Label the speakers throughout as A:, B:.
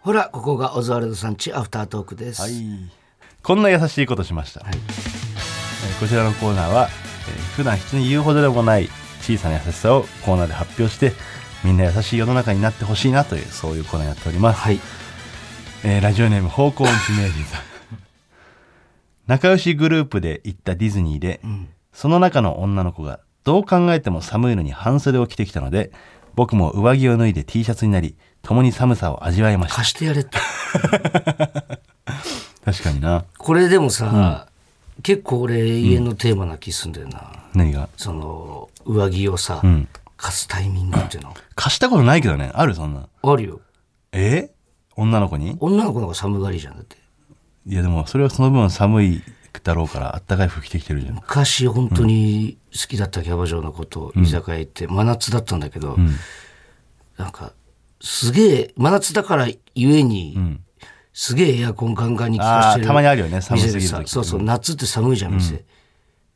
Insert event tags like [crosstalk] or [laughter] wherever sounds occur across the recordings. A: ほら、ここがオズワルドさんちアフタートークです。
B: はい、こんな優しいことしました、
A: はい
B: えーこちらのコーナーは、えー普段人に言うほどでもない小さな優しさをコーナーで発表してみんな優しい世の中になってほしいなというそういうコーナーやっております、
A: はい。
B: えーラジオネーム方向音痴名人さん [laughs] 仲良しグループで行ったディズニーで、その中の女の子がどう考えても寒いのに半袖を着てきたので僕も上着を脱いで T シャツになり共に寒さを味わいました
A: 貸してやれって。
B: 確かにな
A: これでもさ、結構俺、家のテーマな気すんだよな。
B: 何が
A: その、上着をさ、
B: うん
A: 貸すタイミングっていうの。
B: 貸したことないけどねあるそんなん
A: あるよ。
B: え女の子に
A: 女の子の方が寒がりじゃんだって。
B: いやでもそれはその分寒いだろうからあったかい服着てきてるじゃん
A: 昔本当に好きだったキャバ嬢のこと、居酒屋行って真夏だったんだけど、なんかすげえ真夏だからゆえに、すげえエアコンガンガンに効かして
B: あ
A: る
B: ーたまにあるよね寒すぎる時
A: 店でさそうそう夏って寒いじゃん店、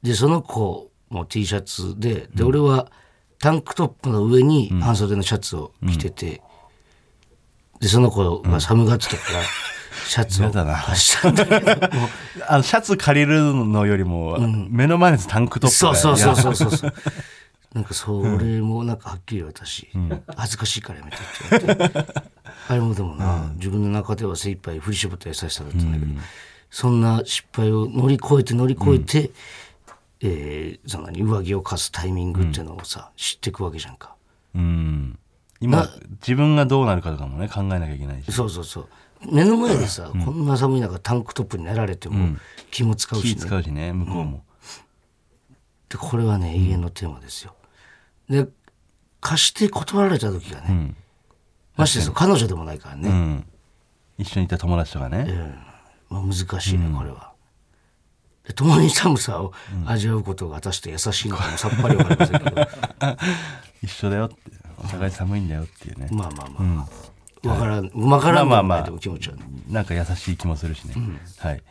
A: でその子も T シャツでで俺はタンクトップの上に半袖のシャツを着てて、でその子が寒がってたから、シャツを
B: 嫌だな
A: 貸したんだけどもう
B: あのシャツ借りるのよりも目の前のやつタンクトップ
A: そ
B: が
A: うそうそう
B: いや
A: そうそうそう。なんかそれもなんかはっきり私、恥ずかしいからやめてって言われてあれもでもな、自分の中では精一杯振り絞った優しさだったんだけど、そんな失敗を乗り越えて乗り越えて、えーそんなに上着を貸すタイミングっていうのをさ、知っていくわけじゃんか。
B: うん今自分がどうなるかとかもね考えなきゃいけないし
A: そうそうそう。目の前でさ、こんな寒い中タンクトップになられても気も使うし
B: 気
A: ね。
B: 使うしね向こうも、
A: でこれはね永遠のテーマですよ。で貸して断られた時がね、ましてその彼女でもないから
B: う
A: ね、
B: ん一緒にいた友達とかね、
A: まあ、難しいね、これは。で共に寒さを味わうことが果たして優しいのかもさっぱりわかりませ [laughs] んけど
B: 一緒だよってお互い寒いんだよっていうね、
A: まあまあまあまあ、わからんわからん
B: ま
A: でも
B: あまあま
A: な
B: あ
A: いでも気持ちはね。
B: なんか優しい気もするしね、はい、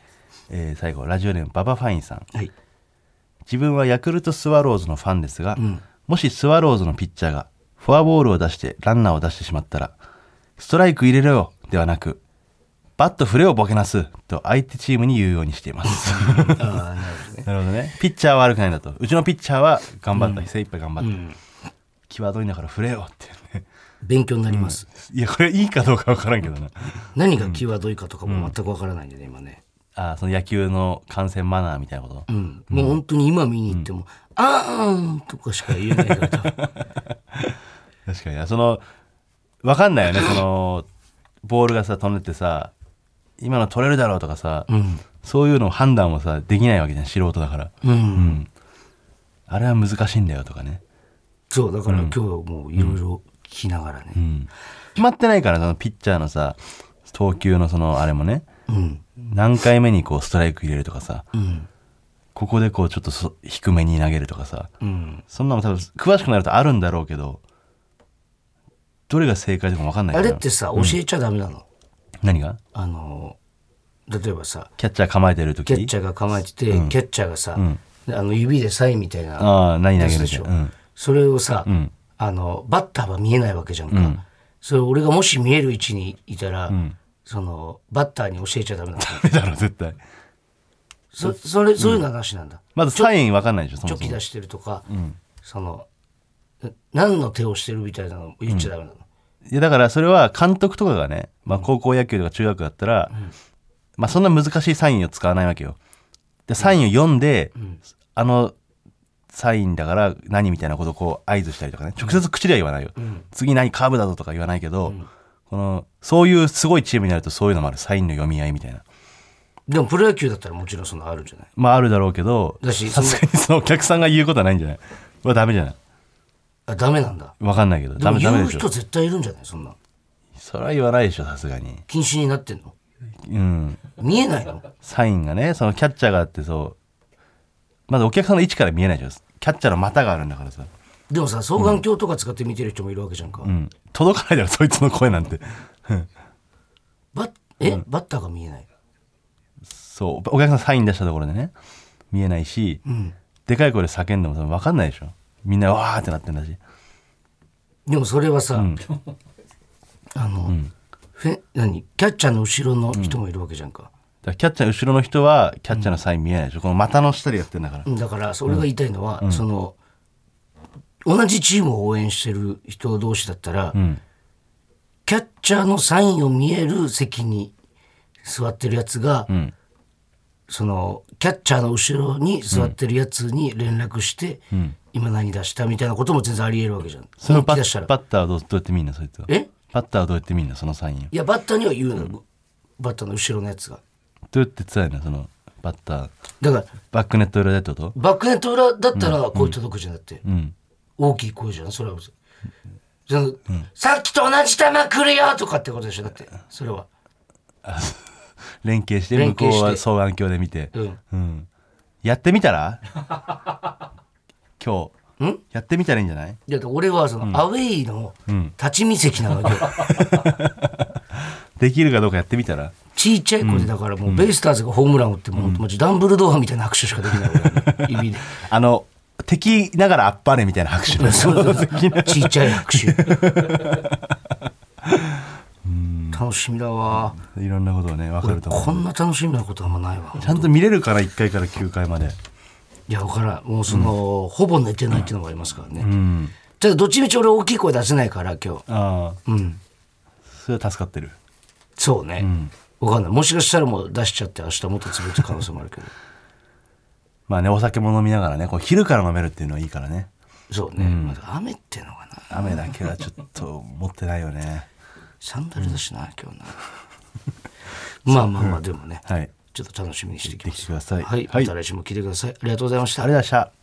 B: えー最後ラジオネームババファインさん
A: はい、
B: 自分はヤクルトスワローズのファンですが、もしスワローズのピッチャーがフォアボールを出してランナーを出してしまったらストライク入れろよではなくバット振れをボケなすと相手チームに言うようにしています
A: [laughs] あーなるほどね
B: なるほどねピッチャーは悪くないんだとうちのピッチャーは頑張った、精一杯頑張った、際どいんだから振れよっていうね
A: 勉強になります、
B: いやこれいいかどうか分からんけどな
A: 何が際どいかとかも全くわからないんでね今ね、
B: あーその野球の観戦マナーみたいなこと、
A: うん、もう本当に今見に行っても「あーん」とかしか言えないから [laughs] 多分
B: 確かになそのわかんない
A: [laughs]
B: よねそのボールがさ飛んでってさ今の取れるだろうとかさ、そういうの判断もさできないわけじゃん素人だから、うんあれは難しいんだよとかね、
A: そう、だから今日もういろいろ聞きながらね。
B: うん決まってないからそのピッチャーのさ投球のそのあれもね
A: うん。
B: 何回目にこうストライク入れるとかさ
A: うん。
B: ここでこうちょっとそ低めに投げるとかさ
A: うん。
B: そんなの多分詳しくなるとあるんだろうけどどれが正解とかもわかんない
A: あ
B: から
A: れってさ、教えちゃダメなの。
B: 何が
A: あの、例えばさ、
B: キャッチャー構えてる時
A: キャッチャーが構えてて、キャッチャーがさ、あの指でサインみたいな、
B: ああ、何投げる
A: で
B: で
A: し
B: し
A: ょ
B: ょ。うん。 [laughs]
A: それをさ、
B: ん
A: あの、バッターは見えないわけじゃんか。それ俺がもし見える位置にいたら、その、バッターに教えちゃダメなの。
B: だろ、絶対。
A: そそれ、そういうのはなしなんだ。
B: まずサイン分かんないでしょ、そ
A: チョ
B: もそ
A: キ
B: も。
A: 出してるとか、その、な何の手をしてるみたいなの言っちゃダメなの。
B: いや、だからそれは監督とかがね、まあ高校野球とか中学だったら、まあそんな難しいサインを使わないわけよ。で、サインを読んで、あの、サインだから何みたいなことをこう合図したりとかね直接口では言わないよ、次何カーブだぞとか言わないけど、このそういうすごいチームになるとそういうのもあるサインの読み合いみたいな
A: でもプロ野球だったらもちろんそのあるんじゃない
B: まああるだろうけど
A: だし
B: さすがにそのお客さんが言うことはないんじゃないはダメじゃない
A: あダメなんだ
B: わかんないけど
A: で
B: ダ
A: も
B: メダメ
A: 言う
B: でしょ
A: 人絶対いるんじゃないそんな
B: それは言わないでしょさすがに
A: 禁止になってんの
B: うん
A: 見えないの
B: サインがねそのキャッチャーがあってそうまずお客さんの位置から見えないでしょキャッチャーの股があるんだからさ、
A: でもさ双眼鏡とか使って見てる人もいるわけじゃんか、
B: うん、届かないだろそいつの声なんて
A: バッえ、バッターが見えない
B: そうお客さんサイン出したところでね見えないし、でかい声で叫んでも多分分かんないでしょみんなわーってなってんだし
A: でもそれはさ、あの、フェ何キャッチャーの後ろの人もいるわけじゃんか、
B: だからキャッチャーの後ろの人はキャッチャーのサイン見えないでしょ、この股の下でやってんだから、
A: うんだからそれが言いたいのは、その同じチームを応援してる人同士だったら、
B: ん
A: キャッチャーのサインを見える席に座ってるやつが、
B: ん
A: そのキャッチャーの後ろに座ってるやつに連絡して、今何出したみたいなことも全然ありえるわけじゃん。
B: そのバ
A: 本気出し
B: ッ
A: たら
B: バッターはどうどうやって見んのそいつは
A: え
B: バッターはどうやって見んのそのサインを
A: いやバッターには言うのよ、バッターの後ろのやつが。
B: どうやって伝えるのそのバッター
A: だから
B: バックネット裏でってこと
A: バックネット裏だったら声届くじゃなくて、
B: うん
A: 大きい声じゃんそれは別にじゃあさっきと同じ球来るよとかってことでしょだってそれは
B: 連携して
A: 連
B: 向こ
A: 携して
B: うは双眼鏡で見て、
A: うん
B: うんやってみたら今日
A: ん
B: やってみたらいいんじゃない
A: だって俺はその、アウェイの立ち見席なの [laughs] よ、
B: できるかどうかやってみたら
A: ちいちゃい子でだからもうベイスターズがホームラン打っても、もうダンブルドアみたいな拍手しかできない俺は指で
B: あの敵ながらあっぱれみたいな拍手
A: [laughs] そうそうそうちいちゃい拍手楽しみだわ、
B: [laughs] いろんなことをね分かると思う
A: こんな楽しみなことあんまないわ
B: ちゃんと見れるから1階から9階まで
A: いや分からんもうその、ほぼ寝てないっていうのがありますからね、ただどっちみち俺大きい声出せないから今日
B: ああ
A: うん
B: それは助かってる
A: そうね、わかんないもしかしたらもう出しちゃって明日もっと潰れて可能性もある
B: [laughs]
A: けど
B: まあねお酒も飲みながらねこう昼から飲めるっていうのはいいからね
A: そうね、まだ雨ってのがな
B: 雨だけはちょっと持ってないよね
A: サンダルだしな、今日なまあまあまあでもね、
B: はい
A: ちょっと楽しみにしていき
B: で
A: ま
B: き
A: す
B: てください
A: はい、
B: はい
A: また来週も聞いてくださいありがとうございました
B: ありがとうございました